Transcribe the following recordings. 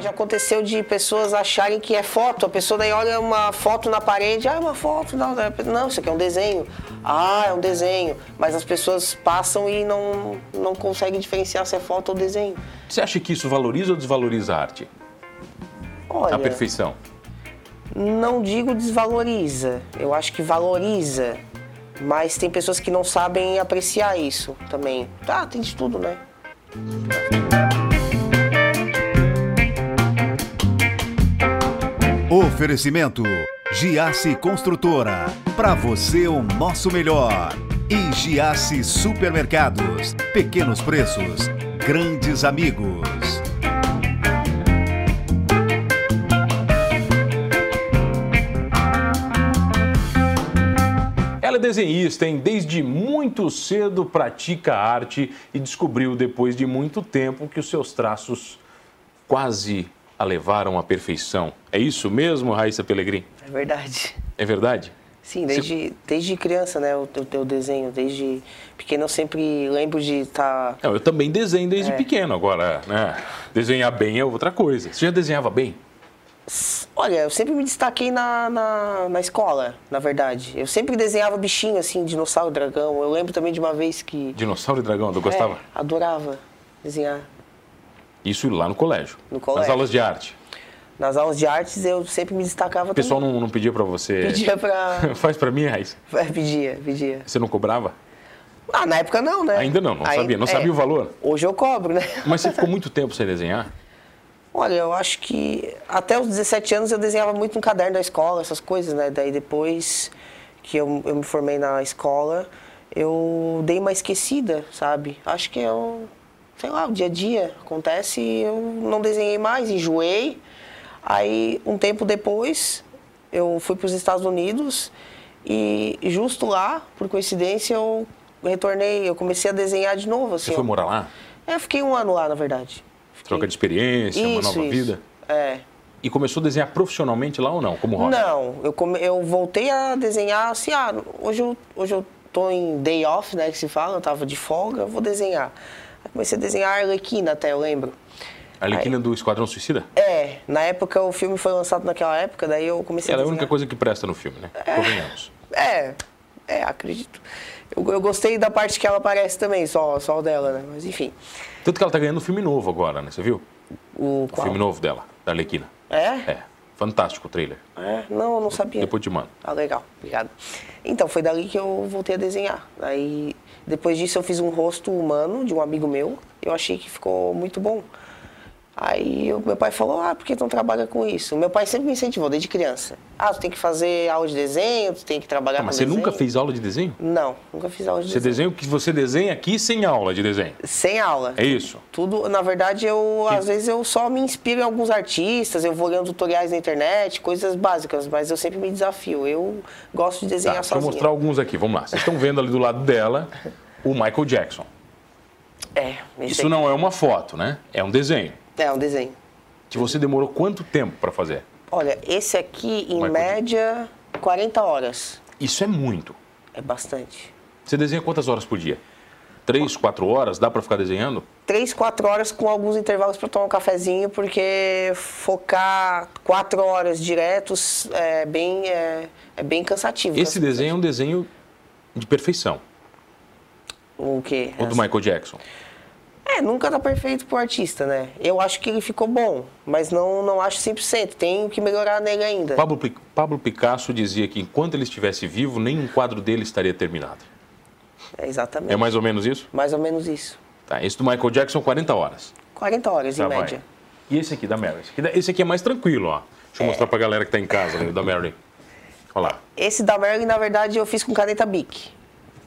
já aconteceu de pessoas acharem que é foto. A pessoa daí olha uma foto na parede, ah, é uma foto. Não, não, isso aqui é um desenho. Ah, é um desenho. Mas as pessoas passam e não, não conseguem diferenciar se é foto ou desenho. Você acha que isso valoriza ou desvaloriza a arte? Olha, a perfeição? não digo desvaloriza. Eu acho que valoriza. Mas tem pessoas que não sabem apreciar isso também. Ah, tem de tudo, né? Oferecimento Giasse Construtora. Para você o nosso melhor. E Giasse Supermercados. Pequenos preços, grandes amigos. Ela é desenhista, hein? Desde muito cedo pratica a arte e descobriu depois de muito tempo que os seus traços quase a levaram à perfeição. É isso mesmo, Raíssa Pelegrim? É verdade. É verdade? Sim, desde, desde criança, né? O teu, teu desenho, desde pequeno eu sempre lembro de tá estar. Não, eu também desenho desde É. pequeno agora, né? Desenhar bem é outra coisa. Você já desenhava bem? Olha, eu sempre me destaquei na, na, na escola, na verdade. Eu sempre desenhava bichinho, assim, dinossauro, dragão. Eu lembro também de uma vez que. Dinossauro e Dragão, eu gostava? É, adorava desenhar. Isso lá no colégio. No colégio. Nas aulas de arte. Nas aulas de artes eu sempre me destacava O pessoal não, não pedia pra você. também. Pedia pra. Faz pra mim, Raíssa. É, pedia, pedia. Você não cobrava? Ah, na época não, né? Ainda não, não sabia, não sabia o valor. Hoje eu cobro, né? Mas você ficou muito tempo sem desenhar? Olha, eu acho que até os 17 anos eu desenhava muito no caderno da escola, essas coisas, né? Daí depois que eu, eu me formei na escola, eu dei uma esquecida, sabe? Acho que eu, sei lá, o dia a dia acontece e eu não desenhei mais, enjoei. Aí, um tempo depois, eu fui para os Estados Unidos e justo lá, por coincidência, eu retornei, eu comecei a desenhar de novo, assim. Você foi ó. morar lá? É, fiquei um ano lá, na verdade. Troca de experiência, uma nova vida? É. E começou a desenhar profissionalmente lá ou não? Como hobby? Não, eu, come- eu voltei a desenhar assim, ah, hoje eu, hoje eu tô em day off, né, que se fala, eu tava de folga, eu vou desenhar. Aí comecei a desenhar a Arlequina até, eu lembro. A Arlequina do Esquadrão Suicida? É, na época o filme foi lançado naquela época, daí eu comecei Ela é a a desenhar. única coisa que presta no filme, né? Convenhamos. É, é, acredito. Eu, eu gostei da parte que ela aparece também, só, só o dela, né, mas enfim. Tanto que ela tá ganhando um filme novo agora, né? Você viu? O O qual? filme novo dela, da Arlequina. É? É. Fantástico o trailer. Não, eu não sabia. Depois te mando. Ah, legal, obrigado. Então, foi dali que eu voltei a desenhar. Aí, depois disso, eu fiz um rosto humano de um amigo meu. Eu achei que ficou muito bom. Aí, o meu pai falou, ah, por que tu não trabalha com isso? O meu pai sempre me incentivou, desde criança. Ah, tu tem que fazer aula de desenho, tu tem que trabalhar Ah, mas com você desenho. nunca fez aula de desenho? Não, nunca fiz aula de Tá, Você desenho. desenha o que você desenha aqui sem aula de desenho. Sem aula. É isso. Tudo, na verdade, eu às vezes eu só me inspiro em alguns artistas, eu vou olhando tutoriais na internet, coisas básicas, mas eu sempre me desafio. Eu gosto de Tá, desenhar deixa eu sozinha. mostrar alguns aqui. Vamos lá. Vocês estão vendo ali do lado dela o Michael Jackson. É, esse Isso aqui não é uma foto, né? É um desenho. é um desenho. Que você demorou quanto tempo pra fazer? Olha, esse aqui, em Michael média, 40 horas. Isso é muito. É bastante. Você desenha quantas horas por dia? Três, quatro horas? Dá pra ficar desenhando? Três, quatro horas com alguns intervalos para tomar um cafezinho, porque focar quatro horas diretos é bem, é, é bem cansativo. Esse desenho é um desenho de perfeição. O quê? O do Michael Jackson. É, nunca tá perfeito pro artista, né? Eu acho que ele ficou bom, mas não, não acho 100%. Tem o que melhorar nele ainda. Pablo, Pi- Pablo Picasso dizia que enquanto ele estivesse vivo, nenhum quadro dele estaria terminado. É, exatamente. É mais ou menos isso? Mais ou menos isso. Tá, esse do Michael Jackson, 40 horas. 40 horas, Tá, em vai. média. E esse aqui da Mary? Esse aqui, da- esse aqui é mais tranquilo, ó. É. Deixa eu mostrar pra galera que tá em casa, né, o da Mary. Olha lá. Esse da Merlin, na verdade, eu fiz com caneta Bic.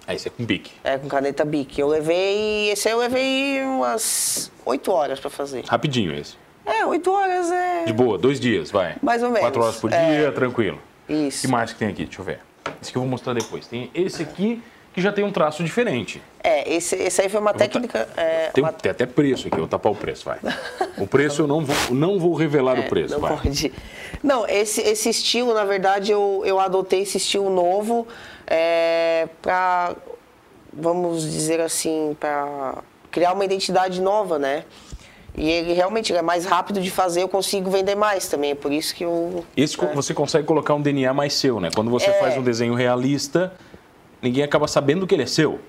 Aí esse é com bique. É, com caneta Bic. Eu levei. Esse aí eu levei umas 8 horas pra fazer. Rapidinho esse. É, 8 horas é. De boa, dois dias, vai. Mais ou menos, Quatro horas por é. dia, tranquilo. O que Isso. mais que tem aqui? Deixa eu ver. Esse que eu vou mostrar depois. Tem esse aqui que já tem um traço diferente. É, esse, esse aí foi uma técnica. É, Tem, um- uma... tem até preço aqui, eu vou tapar o preço, vai. O preço eu não vou, não vou revelar o um preço, É, Não vai. pode. Não, esse, esse estilo, na verdade, eu, eu adotei esse estilo novo é, para, vamos dizer assim, para criar uma identidade nova, né? E ele realmente ele é mais rápido de fazer, eu consigo vender mais também. É por isso que eu. Esse co- né? você consegue colocar um DNA mais seu, né? Quando você É. faz um desenho realista, ninguém acaba sabendo que ele é seu.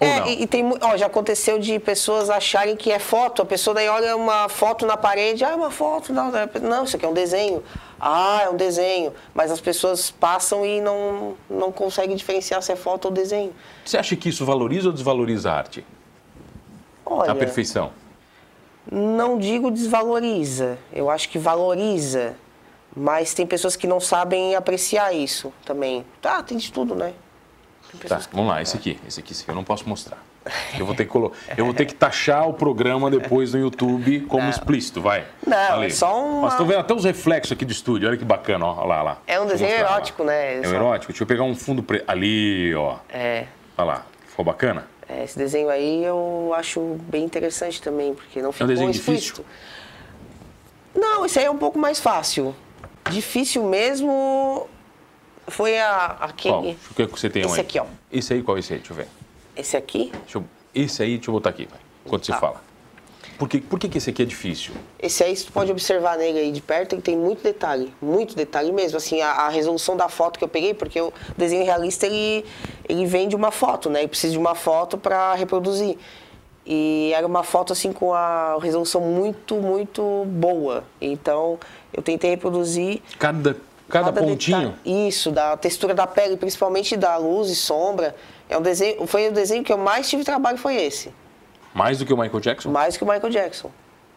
Ou não? É, e, e tem mu- ó, já aconteceu de pessoas acharem que é foto. A pessoa daí olha uma foto na parede, ah, é uma foto, não, não, é- não, isso aqui é um desenho. Ah, é um desenho. Mas as pessoas passam e não, não conseguem diferenciar se é foto ou desenho. Você acha que isso valoriza ou desvaloriza a arte? Olha, A perfeição. não digo desvaloriza, eu acho que valoriza. Mas tem pessoas que não sabem apreciar isso também. Tá, tem de tudo, né? Tem Tá, pessoas que- vamos lá, esse aqui, esse aqui, esse aqui eu não posso mostrar. Eu vou ter que colo... eu vou ter que taxar o programa depois no YouTube como explícito, vai. Não, é só uma- Mas estão vendo até os reflexos aqui do estúdio, olha que bacana, ó, ó lá, ó lá. É um Deixa eu desenho mostrar, ó lá. erótico, né? É um Só- erótico? Deixa eu pegar um fundo preto. Ali, ó. É. Olha lá, ficou bacana? É, esse desenho aí eu acho bem interessante também, porque não ficou É um desenho explícito. Não, esse aí é um pouco mais fácil. Difícil mesmo foi a, Qual? aquele. O que que você tem Esse aí? aqui, ó. Esse aí, qual é esse aí? Deixa eu ver. Esse aqui? Deixa eu... Esse aí, deixa eu botar aqui, vai. Enquanto você Tá. fala. Por que, por que que esse aqui é difícil? Esse aí, você pode observar nele aí de perto, ele tem muito detalhe, muito detalhe mesmo. Assim, a, a resolução da foto que eu peguei, porque o desenho realista, ele, ele vem de uma foto, né? Ele precisa de uma foto para reproduzir. E era uma foto, assim, com a resolução muito, muito boa. Então, eu tentei reproduzir... Cada, cada, pontinho. detalhe. Isso, da textura da pele, principalmente da luz e sombra. É um desenho, foi o desenho que eu mais tive trabalho, foi esse. Mais do que o Michael Jackson? Mais que o Michael Jackson.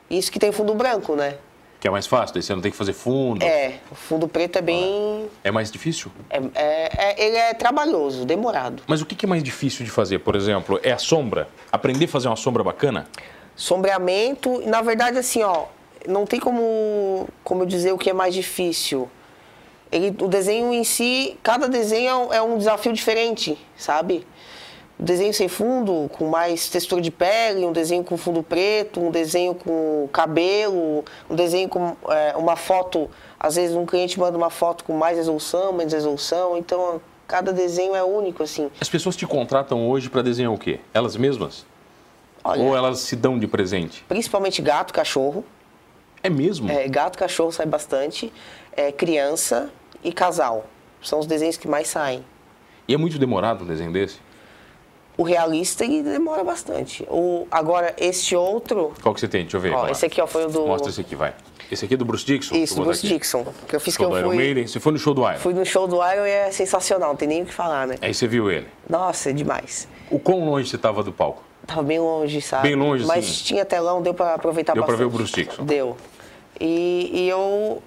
Isso que tem fundo branco, né? Que é mais fácil, daí você não tem que fazer fundo. É, o fundo preto é bem. É mais difícil? É, é- é- ele é trabalhoso, demorado. Mas o que que é mais difícil de fazer, por exemplo? É a sombra? Aprender a fazer uma sombra bacana? Sombreamento, e, na verdade, assim, ó, não tem como, como eu dizer o que é mais difícil. Ele, o desenho em si, cada desenho é um, é um desafio diferente, sabe? O desenho sem fundo, com mais textura de pele, um desenho com fundo preto, um desenho com cabelo, um desenho com é, uma foto. Às vezes um cliente manda uma foto com mais resolução, menos resolução, então cada desenho é único, assim. As pessoas te contratam hoje para desenhar o quê? Elas mesmas? Olha, Ou elas se dão de presente? principalmente gato, cachorro. É mesmo? É, gato, cachorro sai bastante. É, criança e casal. São os desenhos que mais saem. E é muito demorado um desenho desse? O realista, ele demora bastante. O, agora, este outro... Qual que você tem? Deixa eu ver. Ó, vai lá. esse aqui, ó, foi o do- Mostra esse aqui, vai. Esse aqui é do Bruce Dixon? Deixa Isso, eu do botar Bruce aqui. Dixon. Que eu fiz Show que do eu Iron fui, Maiden. Você foi no show do Iron. fui no show do Iron e é sensacional. Não tem nem o que falar, né? Aí você viu ele. Nossa, é demais. O quão longe você estava do palco? Tava bem longe, sabe? Bem longe, Mas sim. tinha telão, deu pra aproveitar Deu pra bastante. ver o Bruce Dixon. Deu. E, e eu...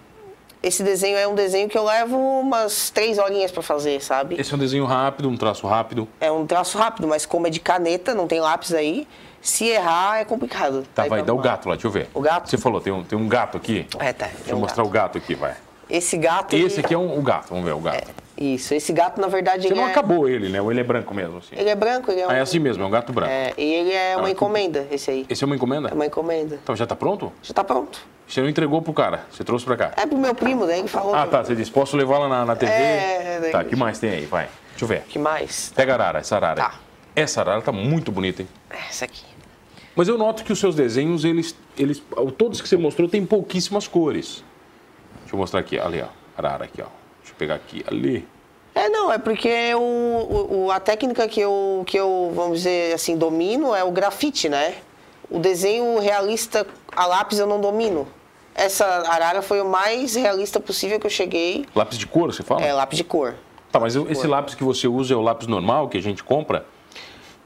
Esse desenho é um desenho que eu levo umas três horinhas pra fazer, sabe? Esse é um desenho rápido, um traço rápido. É um traço rápido, mas como é de caneta, não tem lápis aí, se errar é complicado. Tá, Aí vai pra dar o arrumar. gato lá, deixa eu ver. O gato? Você falou, tem um, tem um gato aqui. É, tá. Deixa eu mostrar o gato aqui, vai. Esse gato. Esse ele- aqui é um, o gato, vamos ver o gato. Isso, esse gato, na verdade, Você É, ele não é... acabou ele, né? Ou ele é branco mesmo, assim. Ele é branco, ele é um... Ah, é assim mesmo, é um gato branco. É, e ele é uma é encomenda, esse aí. Esse é uma encomenda? É uma encomenda. Então já tá pronto? Já tá pronto. Você não entregou pro cara, você trouxe pra cá. É pro meu primo, daí ele falou. Ah, tá, você disse, posso levar lá na, na TV? É, é, daí- Tá, que mais tem aí, vai. Deixa eu ver. que mais? Pega a arara, essa arara. aí. Tá. Essa arara tá muito bonita, hein? É, Essa aqui. Mas eu noto que os seus desenhos, eles, eles, todos que você mostrou, tem pouquíssimas cores. Deixa eu mostrar aqui, ali, ó. Arara aqui, ó. Deixa eu pegar aqui, ali. É, não, é porque o, o- o- a técnica que eu, que eu, vamos dizer assim, domino é o grafite, né? O desenho realista a lápis eu não domino. Essa arara foi o mais realista possível que eu cheguei. Lápis de cor, você fala? É lápis de cor. Tá, mas eu- esse lápis que você usa é o lápis normal que a gente compra?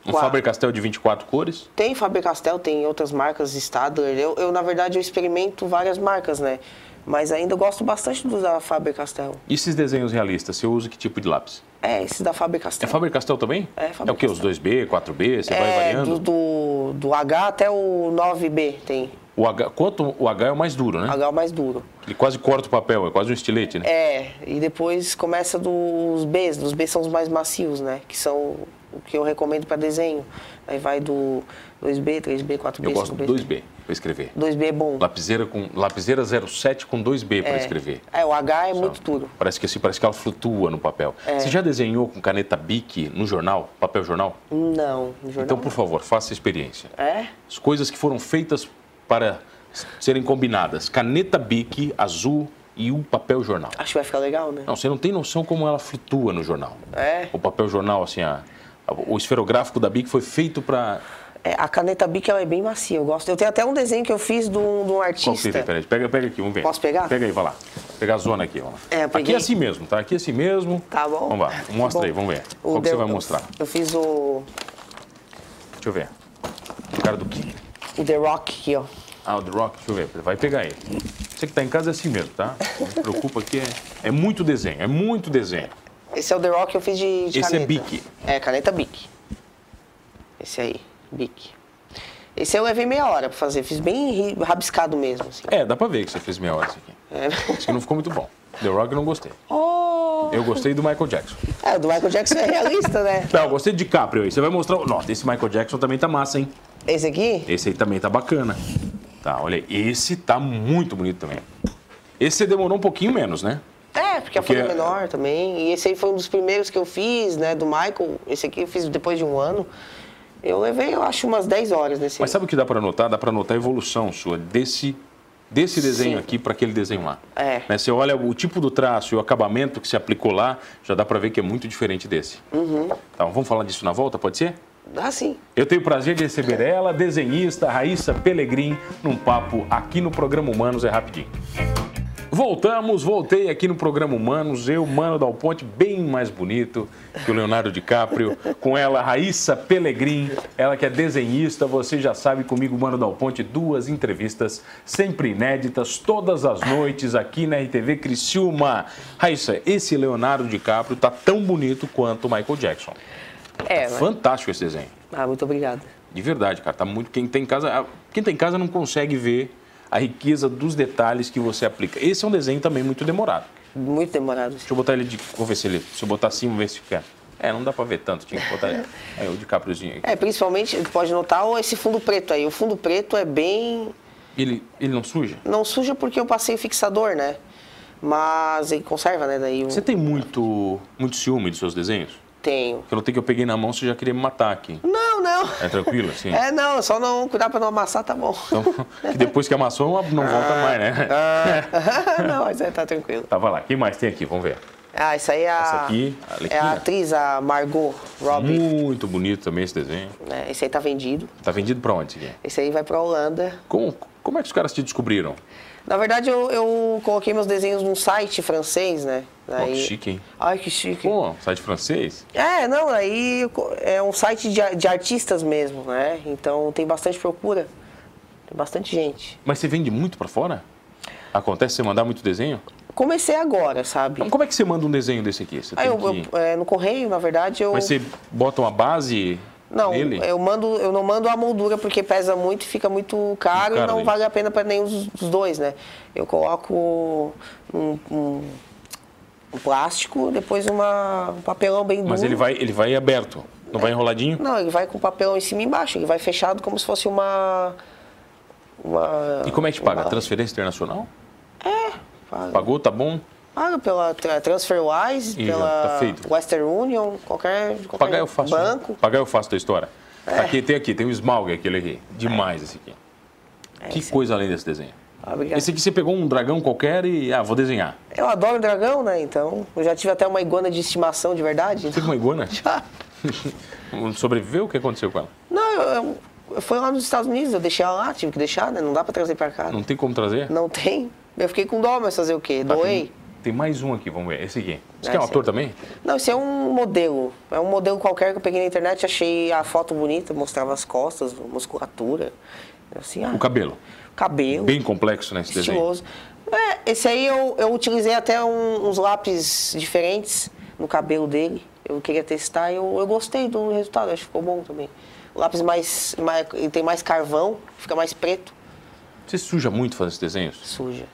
Um Quatro. Faber-Castell de 24 cores? Tem Faber-Castell, tem outras marcas, Stadler. Eu, eu, na verdade, eu experimento várias marcas, né? Mas ainda eu gosto bastante do da Faber-Castell. E esses desenhos realistas, você usa que tipo de lápis? É, esse da É Faber-Castell. Faber-Castell também? É É o quê? Os 2B, 4B? Você vai variando? do, É, do, do H até o 9B tem. O H, quanto o H é o mais duro, né? H é o mais duro. Ele quase corta o papel, é quase um estilete, né? É, e depois começa dos Bs. Os Bs são os mais macios, né? Que são o que eu recomendo para desenho. Aí vai do 2B, 3B, 4B, Eu gosto do 5B. 2B para escrever. 2B é bom. Lapiseira com lapiseira 07 com 2B para escrever. É, o H é muito duro. É. Parece que assim, parece que ela flutua no papel. Você já desenhou com caneta Bic no jornal, papel jornal? Não, no jornal. Então, por favor, faça a experiência. É? As coisas que foram feitas para serem combinadas caneta Bic azul e o papel jornal. Acho que vai ficar legal, né? Não, você não tem noção como ela flutua no jornal. É. O papel jornal, assim, a- a- o esferográfico da Bic foi feito para. É, a caneta Bic ela é bem macia, eu gosto. Eu tenho até um desenho que eu fiz de um, de um Qual que você tem? artista. Peraí, pega, pega aqui, vamos ver. Posso pegar? Pega aí, vai lá. Pega a zona aqui, vamos lá. É, eu aqui peguei. é assim mesmo, tá? Aqui é assim mesmo. Tá bom? Vamos lá, mostra Bom, aí, vamos ver. o Qual que você Del- vai mostrar? Eu fiz o, Deixa eu ver. O cara do que? o The Rock aqui, ó. Ah, o The Rock, deixa eu ver. Vai pegar ele. Você que tá em casa é assim mesmo, tá? Não se preocupa que é, é muito desenho, é muito desenho. Esse é o The Rock que eu fiz de, de Esse é caneta. Bic. É, caneta Bic. Esse aí, Bic. Esse eu levei meia hora pra fazer, fiz bem ri- rabiscado mesmo, assim. né? É, dá pra ver que você fez meia hora isso aqui. Isso aqui não ficou muito bom. The Rock eu não gostei. Oh! Eu gostei do Michael Jackson. É, o do Michael Jackson é realista, né? Não, eu gostei de Caprio aí. Você vai mostrar. o- Nossa, esse Michael Jackson também tá massa, hein? Esse aqui? Esse aí também tá bacana. Tá, olha aí. Esse tá muito bonito também. Esse você demorou um pouquinho menos, né? É, porque a Porque folha é é- menor também. E esse aí foi um dos primeiros que eu fiz, né, do Michael. Esse aqui eu fiz depois de um ano. Eu levei, eu acho, umas 10 horas nesse Mas sabe o que dá pra notar? Dá pra notar a evolução sua desse, desse desenho Sim. aqui pra aquele desenho lá. É. Né, Você olha o tipo do traço e o acabamento que se aplicou lá, já dá pra ver que é muito diferente desse. Uhum. Tá, vamos falar disso na volta, pode ser? Ah, sim. Eu tenho o prazer de receber É. ela, desenhista Raíssa Pelegrim, num papo aqui no programa Humanos é rapidinho. Voltamos, voltei aqui no programa Humanos, eu, Mano Dal Ponte, bem mais bonito que o Leonardo DiCaprio, com ela, Raíssa Pelegrim, ela que é desenhista, você já sabe, comigo, Mano Dal Ponte, duas entrevistas sempre inéditas, todas as noites aqui na RTV Criciúma. Raíssa, esse Leonardo DiCaprio tá tão bonito quanto o Michael Jackson. Tá É, mas... Fantástico esse desenho. Ah, muito obrigada. De verdade, cara, tá muito. Quem tem em casa, quem tem em casa não consegue ver a riqueza dos detalhes que você aplica. Esse é um desenho também muito demorado. Muito demorado. assim. Deixa eu botar ele de. Vou ver se ele. Se eu botar assim, vou ver se fica. É, não dá pra ver tanto, tinha que botar ele. Aí o de capriozinho aí. É, principalmente, pode notar ó, esse fundo preto aí. O fundo preto é bem. Ele, ele não suja? Não suja porque eu passei fixador, né? Mas ele conserva, né? Daí eu Você tem muito. muito ciúme dos seus desenhos? tenho. Porque eu notei que eu peguei na mão, você já queria me matar aqui. Não, não. É tranquilo, assim? É, não, só não cuidar pra não amassar, tá bom. Então, que depois que amassou, não volta mais, né? ah. ah. não, mas é, tá tranquilo. Tá, vai lá. Quem mais tem aqui? Vamos ver. Ah, isso aí é a. Essa aqui, a é a Arlequina. atriz, a Margot Robbie. Muito bonito também esse desenho. né? Esse aí tá vendido. Tá vendido pra onde isso aqui? Esse aí vai pra Holanda. Como, como é que os caras te descobriram? Na verdade, eu, eu coloquei meus desenhos num site francês, né? Ó, que Daí- chique, hein? Ai, que chique. Pô, site francês? É, não, aí eu co- é um site de, a- de artistas mesmo, né? Então tem bastante procura, tem bastante gente. Mas você vende muito pra fora? Acontece você mandar muito desenho? Comecei agora, sabe? Então, como é que você manda um desenho desse aqui? Você Aí tem eu, que... eu- é, no correio, na verdade, eu. Mas você bota uma base Não, nele? eu mando, eu não mando a moldura porque pesa muito, e fica muito caro e Caro, não hein? vale a pena para nenhum dos dos dois, né? Eu coloco um, um- um plástico, depois uma, um papelão bem duro. Mas ele vai, ele vai aberto, não vai enroladinho? Não, ele vai com papelão em cima e embaixo, ele vai fechado como se fosse uma. uma E como é que paga? uma- Transferência internacional? Paga, Pagou, tá bom? paga pela tra- TransferWise, Ih, já pela tá feito. Western Union, qualquer, qualquer Pagar eu faço. né? banco. É. Pagar eu faço da história. Aqui, tem aqui, tem um esmalgue aquele aqui. Demais esse aqui. É que coisa além desse desenho. Ah, obrigado. Esse aqui você pegou um dragão qualquer e... Ah, vou desenhar. Eu adoro dragão, né? Então, eu já tive até uma iguana de estimação de verdade. Você então- tem uma iguana? Sobreviveu? O que aconteceu com ela? Não, eu, eu- eu fui lá nos Estados Unidos, eu deixei ela lá, tive que deixar, né? Não dá pra trazer pra cá. Não Não, tem como trazer? tem. Eu fiquei com dó, mas fazer o quê? Tá, Doei? Tem, tem mais um aqui, vamos ver. Esse aqui. Esse Ah, aqui é um esse ator aí. também? Não, esse é um modelo. É um modelo qualquer que eu peguei na internet, achei a foto bonita, mostrava as costas, musculatura. Assim, ah, O cabelo. cabelo, Bem complexo, né, esse desenho? estiloso. É, esse aí eu, eu utilizei até um- uns lápis diferentes no cabelo dele. Eu queria testar e eu, eu gostei do resultado, acho que ficou bom também. O lápis mais, mais. ele tem mais carvão, fica mais preto. Você suja muito fazendo esses desenhos? suja.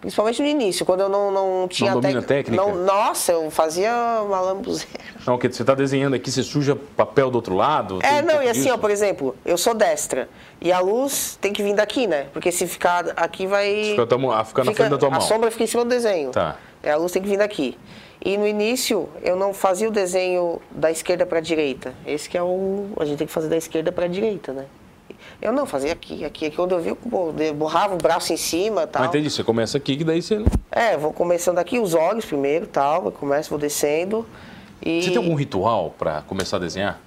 Principalmente no início, quando eu não, não tinha Não domina tec- a técnica? Não, nossa, eu fazia malambuzeira. Não, que você tá desenhando aqui, você suja papel do outro lado? tem É, um não, pouco e assim, disso? ó, por exemplo, eu sou destra e a luz tem que vir daqui, né? Porque se ficar aqui vai. Fica a tua mão- ah, fica na frente da tua A mão. sombra fica em cima do desenho. Tá. É, a luz tem que vir daqui. E no início eu não fazia o desenho da esquerda para direita. Esse que é o. A gente tem que fazer da esquerda para direita, né? Eu não, fazia aqui, aqui, aqui. Quando eu vi, pô, de- borrava o braço em cima e tal. Mas entendi, você começa aqui que daí você. É, vou começando aqui, os olhos primeiro tal. Eu começo, vou descendo. E... Você tem algum ritual pra começar a desenhar?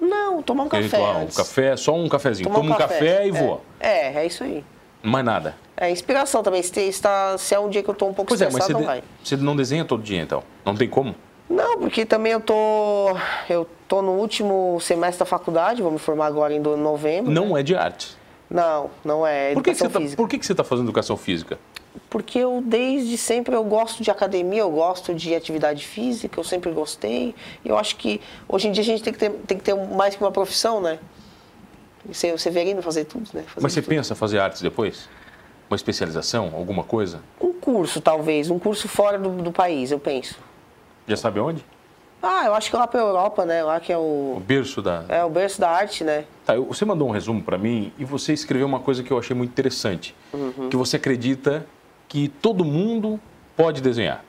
Não, tomar um Tem café ritual? antes. Um café, só um cafezinho. Tomar Toma um café, e é. voa. É, é isso aí. Mais nada. É inspiração também. Se, tem- se tá- se é um dia que eu tô um pouco Pois é, mas estressado, você, não de- vai. você não desenha todo dia então? Não tem como? Não, porque também eu tô. Eu tô no último semestre da faculdade, vou me formar agora em do- novembro. Não é de arte. Não, não é. é Por que, que educação você tá, física. por que, que você tá fazendo educação física? Porque eu desde sempre eu gosto de academia, eu gosto de atividade física, eu sempre gostei. E eu acho que hoje em dia a gente tem que ter, tem que ter mais que uma profissão, né? E Ser, ser verino, fazer tudo, né? Fazer Mas você tudo. pensa fazer artes depois? Uma especialização, alguma coisa? Um curso, talvez, um curso fora do, do país, eu penso. Já sabe onde? Ah, eu acho que lá pra Europa, né? Lá que é O o, berço da. é o berço da arte, né? Tá, eu- você mandou um resumo pra mim e você escreveu uma coisa que eu achei muito interessante, Uhum. que você acredita que todo mundo pode desenhar.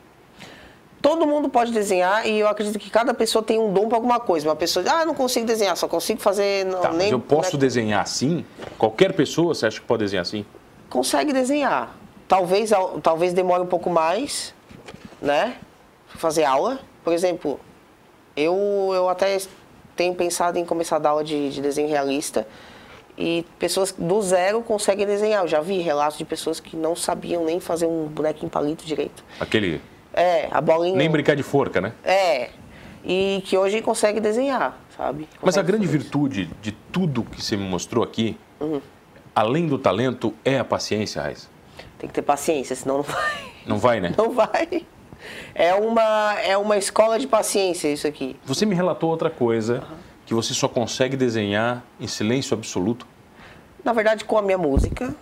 Todo mundo pode desenhar e eu acredito que cada pessoa tem um dom pra alguma coisa. Uma pessoa diz, ah, não consigo desenhar, só consigo fazer. Não, Tá, mas nem, eu posso né? desenhar assim? Qualquer pessoa, você acha que pode desenhar assim? Consegue desenhar. Talvez, ao- talvez demore um pouco mais, né? Fazer aula. Por exemplo, eu, eu até tenho pensado em começar a dar aula de, de desenho realista. E pessoas do zero conseguem desenhar. Eu já vi relatos de pessoas que não sabiam nem fazer um boneco em palito direito. Aquele. É, a bolinha. Nem brincar de forca, né? É. E que hoje consegue desenhar, sabe? Mas a Consegue grande fazer. virtude de tudo que você me mostrou aqui, Uhum. além do talento, é a paciência, Raiz. Tem que ter paciência, senão não vai. Não vai, né? Não vai. É uma, é uma escola de paciência isso aqui. Você me relatou outra coisa, que você só consegue desenhar em silêncio absoluto, Na verdade, com a minha música.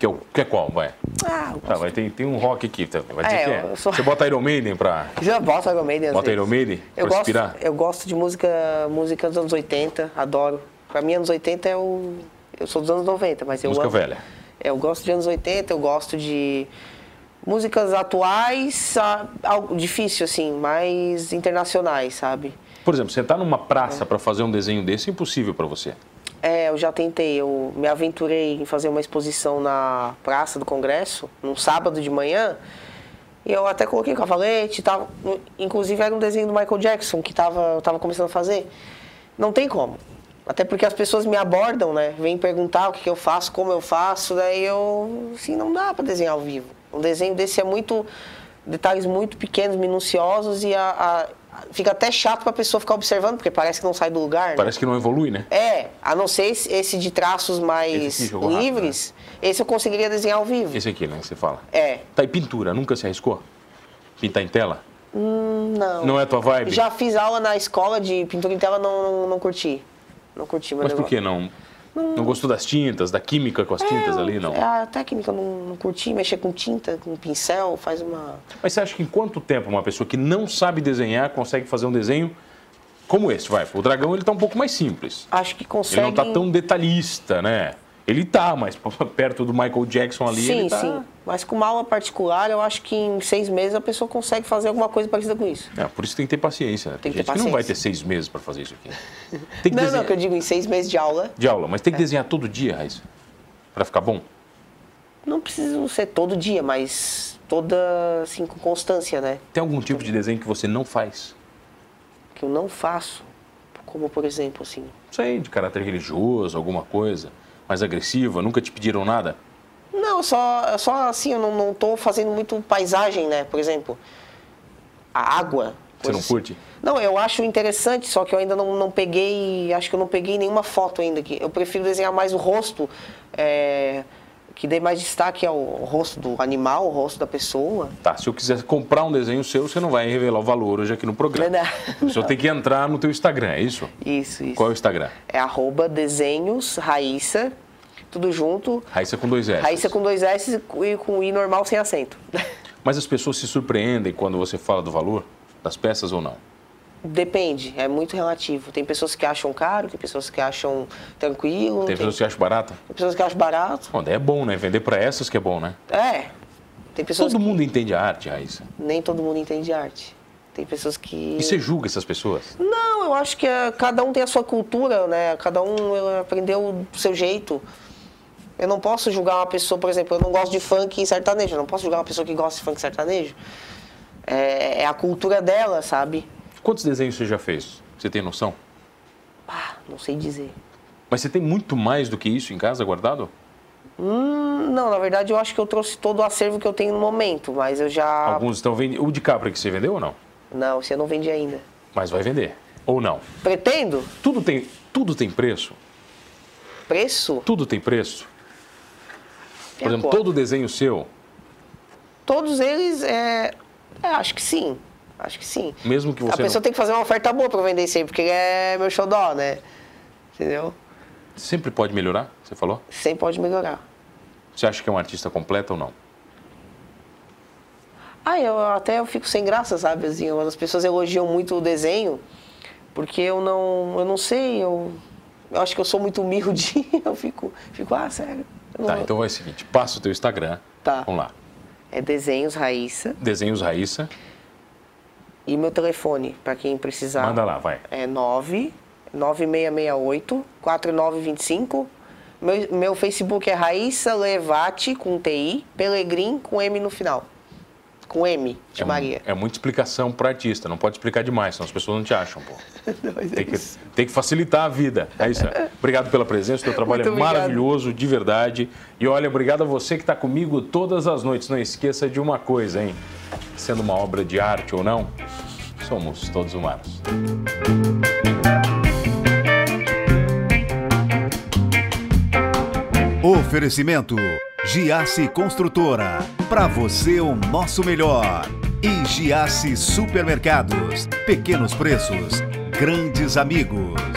que é, o, que é qual, vai? Ah, Tá, vai, tem, tem um rock aqui, tá, vai dizer É, que eu é. sou- Você bota Iron Maiden pra... já bota Iron Maiden às Bota vezes. Iron Maiden eu pra gosto, inspirar? Eu gosto de música, música dos anos 80, adoro. Pra mim, anos 80 é o. Eu sou dos anos 90, mas eu Música amo- velha. É, Eu gosto de anos 80, eu gosto de músicas atuais, ah, algo difícil assim, mas internacionais, sabe? Por exemplo, sentar numa praça pra fazer um desenho desse é impossível pra você. É, eu já tentei, eu me aventurei em fazer uma exposição na Praça do Congresso, num sábado de manhã, e eu até coloquei um cavalete e tal. Inclusive era um desenho do Michael Jackson que tava, eu estava começando a fazer. Não tem como. Até porque as pessoas me abordam, né? Vêm perguntar o que, que eu faço, como eu faço, daí eu. Assim, não dá para desenhar ao vivo. Um desenho desse é muito. detalhes muito pequenos, minuciosos, e a- a- fica até chato para a pessoa ficar observando, porque parece que não sai do lugar. né? Parece que não evolui, né? É, a não ser esse, esse de traços mais Esse aqui jogou rápido, né? livres, esse eu conseguiria desenhar ao vivo. Esse aqui, né, que você fala. É. Tá, e pintura, nunca se arriscou? Pintar em tela? Não. Não é a tua vibe? Já fiz aula na escola de pintura em tela, não, não, não curti. Não curti, meu Mas por negócio. que não? Não gostou das tintas, da química com as tintas É, ali, não? É a técnica, eu não, não curti, mexer com tinta, com pincel, faz uma. Mas você acha que em quanto tempo uma pessoa que não sabe desenhar consegue fazer um desenho como esse? Vai, o dragão ele tá um pouco mais simples. Acho que consegue. Ele não tá tão detalhista, né? Ele tá, mas perto do Michael Jackson ali, Sim, ele tá... sim. Mas com uma aula particular, eu acho que em seis meses a pessoa consegue fazer alguma coisa parecida com isso. É, por isso tem que ter paciência, né? Tem Tem, que gente ter que não vai paciência. ter seis meses para fazer isso aqui. Tem que não, desenhar não, que eu digo É. em seis meses de aula. de aula, mas tem que desenhar todo dia, Raíssa, para ficar bom. Não precisa ser todo dia, mas toda, assim, com constância, né? Tem algum tipo de desenho que você não faz? que eu não faço, como por exemplo, assim, Não sei, de caráter religioso, alguma coisa mais agressiva, nunca te pediram nada? não, só, só assim, eu não, não tô fazendo muito paisagem, né? Por exemplo, a água. Você não coisa curte? Não, eu acho interessante, só que eu ainda não, não peguei, acho que eu não peguei nenhuma foto ainda aqui. Eu prefiro desenhar mais o rosto, é, que dê mais destaque ao rosto do animal, o rosto da pessoa. Tá, se eu quiser comprar um desenho seu, você não vai revelar o valor hoje aqui no programa. Não, não. A pessoa tem que entrar no teu Instagram, é isso? Isso, isso. Qual é o Instagram? É arroba desenhos, Raíssa, tudo junto. Raíssa com dois S. Raíssa com dois S e com I normal sem acento. Mas as pessoas se surpreendem quando você fala do valor das peças ou não? Depende, é muito relativo. Tem pessoas que acham caro, tem pessoas que acham tranquilo, Tem tem, pessoas que acham barata? tem pessoas que acham barato. Bom, daí é bom, né? Vender para essas que é bom, né? É, tem pessoas Todo mundo entende a arte, Raíssa. que nem todo mundo entende arte. Tem pessoas que. E você julga essas pessoas? Não, eu acho que é- cada um tem a sua cultura, né? Cada um eh, aprendeu do seu jeito. Eu não posso julgar uma pessoa, por exemplo, eu não gosto de funk sertanejo, eu não posso julgar uma pessoa que gosta de funk sertanejo. É, é a cultura dela, sabe? Quantos desenhos você já fez? Você tem noção? Ah, não sei dizer. Mas você tem muito mais do que isso em casa guardado? Hum, não, na verdade eu acho que eu trouxe todo o acervo que eu tenho no momento, mas eu já. Alguns estão vendendo. O de Capra que você vendeu ou não? Não, esse eu não vendi ainda. Mas vai vender. Ou não? Pretendo? Tudo tem, tudo tem preço. Preço? Tudo tem preço. Por exemplo, Agora. todo desenho seu, Todos eles, é... é, acho que sim. Acho que sim. mesmo que A você pessoa não- tem que fazer uma oferta boa pra eu vender isso aí, porque é meu xodó, né? Entendeu? sempre pode melhorar, você falou? Sempre pode melhorar. Você acha que é um artista completo ou não? Ah, eu até eu fico sem graça, sabe? Assim, eu- as pessoas elogiam muito o desenho, porque eu não, eu não sei, eu, eu acho que eu sou muito humilde. Eu fico, fico ah, sério. eu não- Tá, então vai o seguinte, passa o teu Instagram. Tá. Vamos lá. É desenhos, Raíssa. Desenhos Raíssa. E meu telefone, pra quem precisar. Manda lá, vai. É 9 9668 4925. Meu, meu Facebook é Raíssa Levati com TI, Pelegrim com M no final. Com M de É mu- Maria. É muita explicação para artista, não pode explicar demais, senão as pessoas não te acham, pô. Mas é Tem que, isso. tem que facilitar a vida. É isso. aí. Obrigado pela presença, o teu trabalho Muito é obrigado. maravilhoso, de verdade. E olha, obrigado a você que está comigo todas as noites. Não esqueça de uma coisa, hein? Sendo uma obra de arte ou não, somos todos humanos. Oferecimento Giasse Construtora. Para você o nosso melhor. E Giasse Supermercados. Pequenos preços, grandes amigos.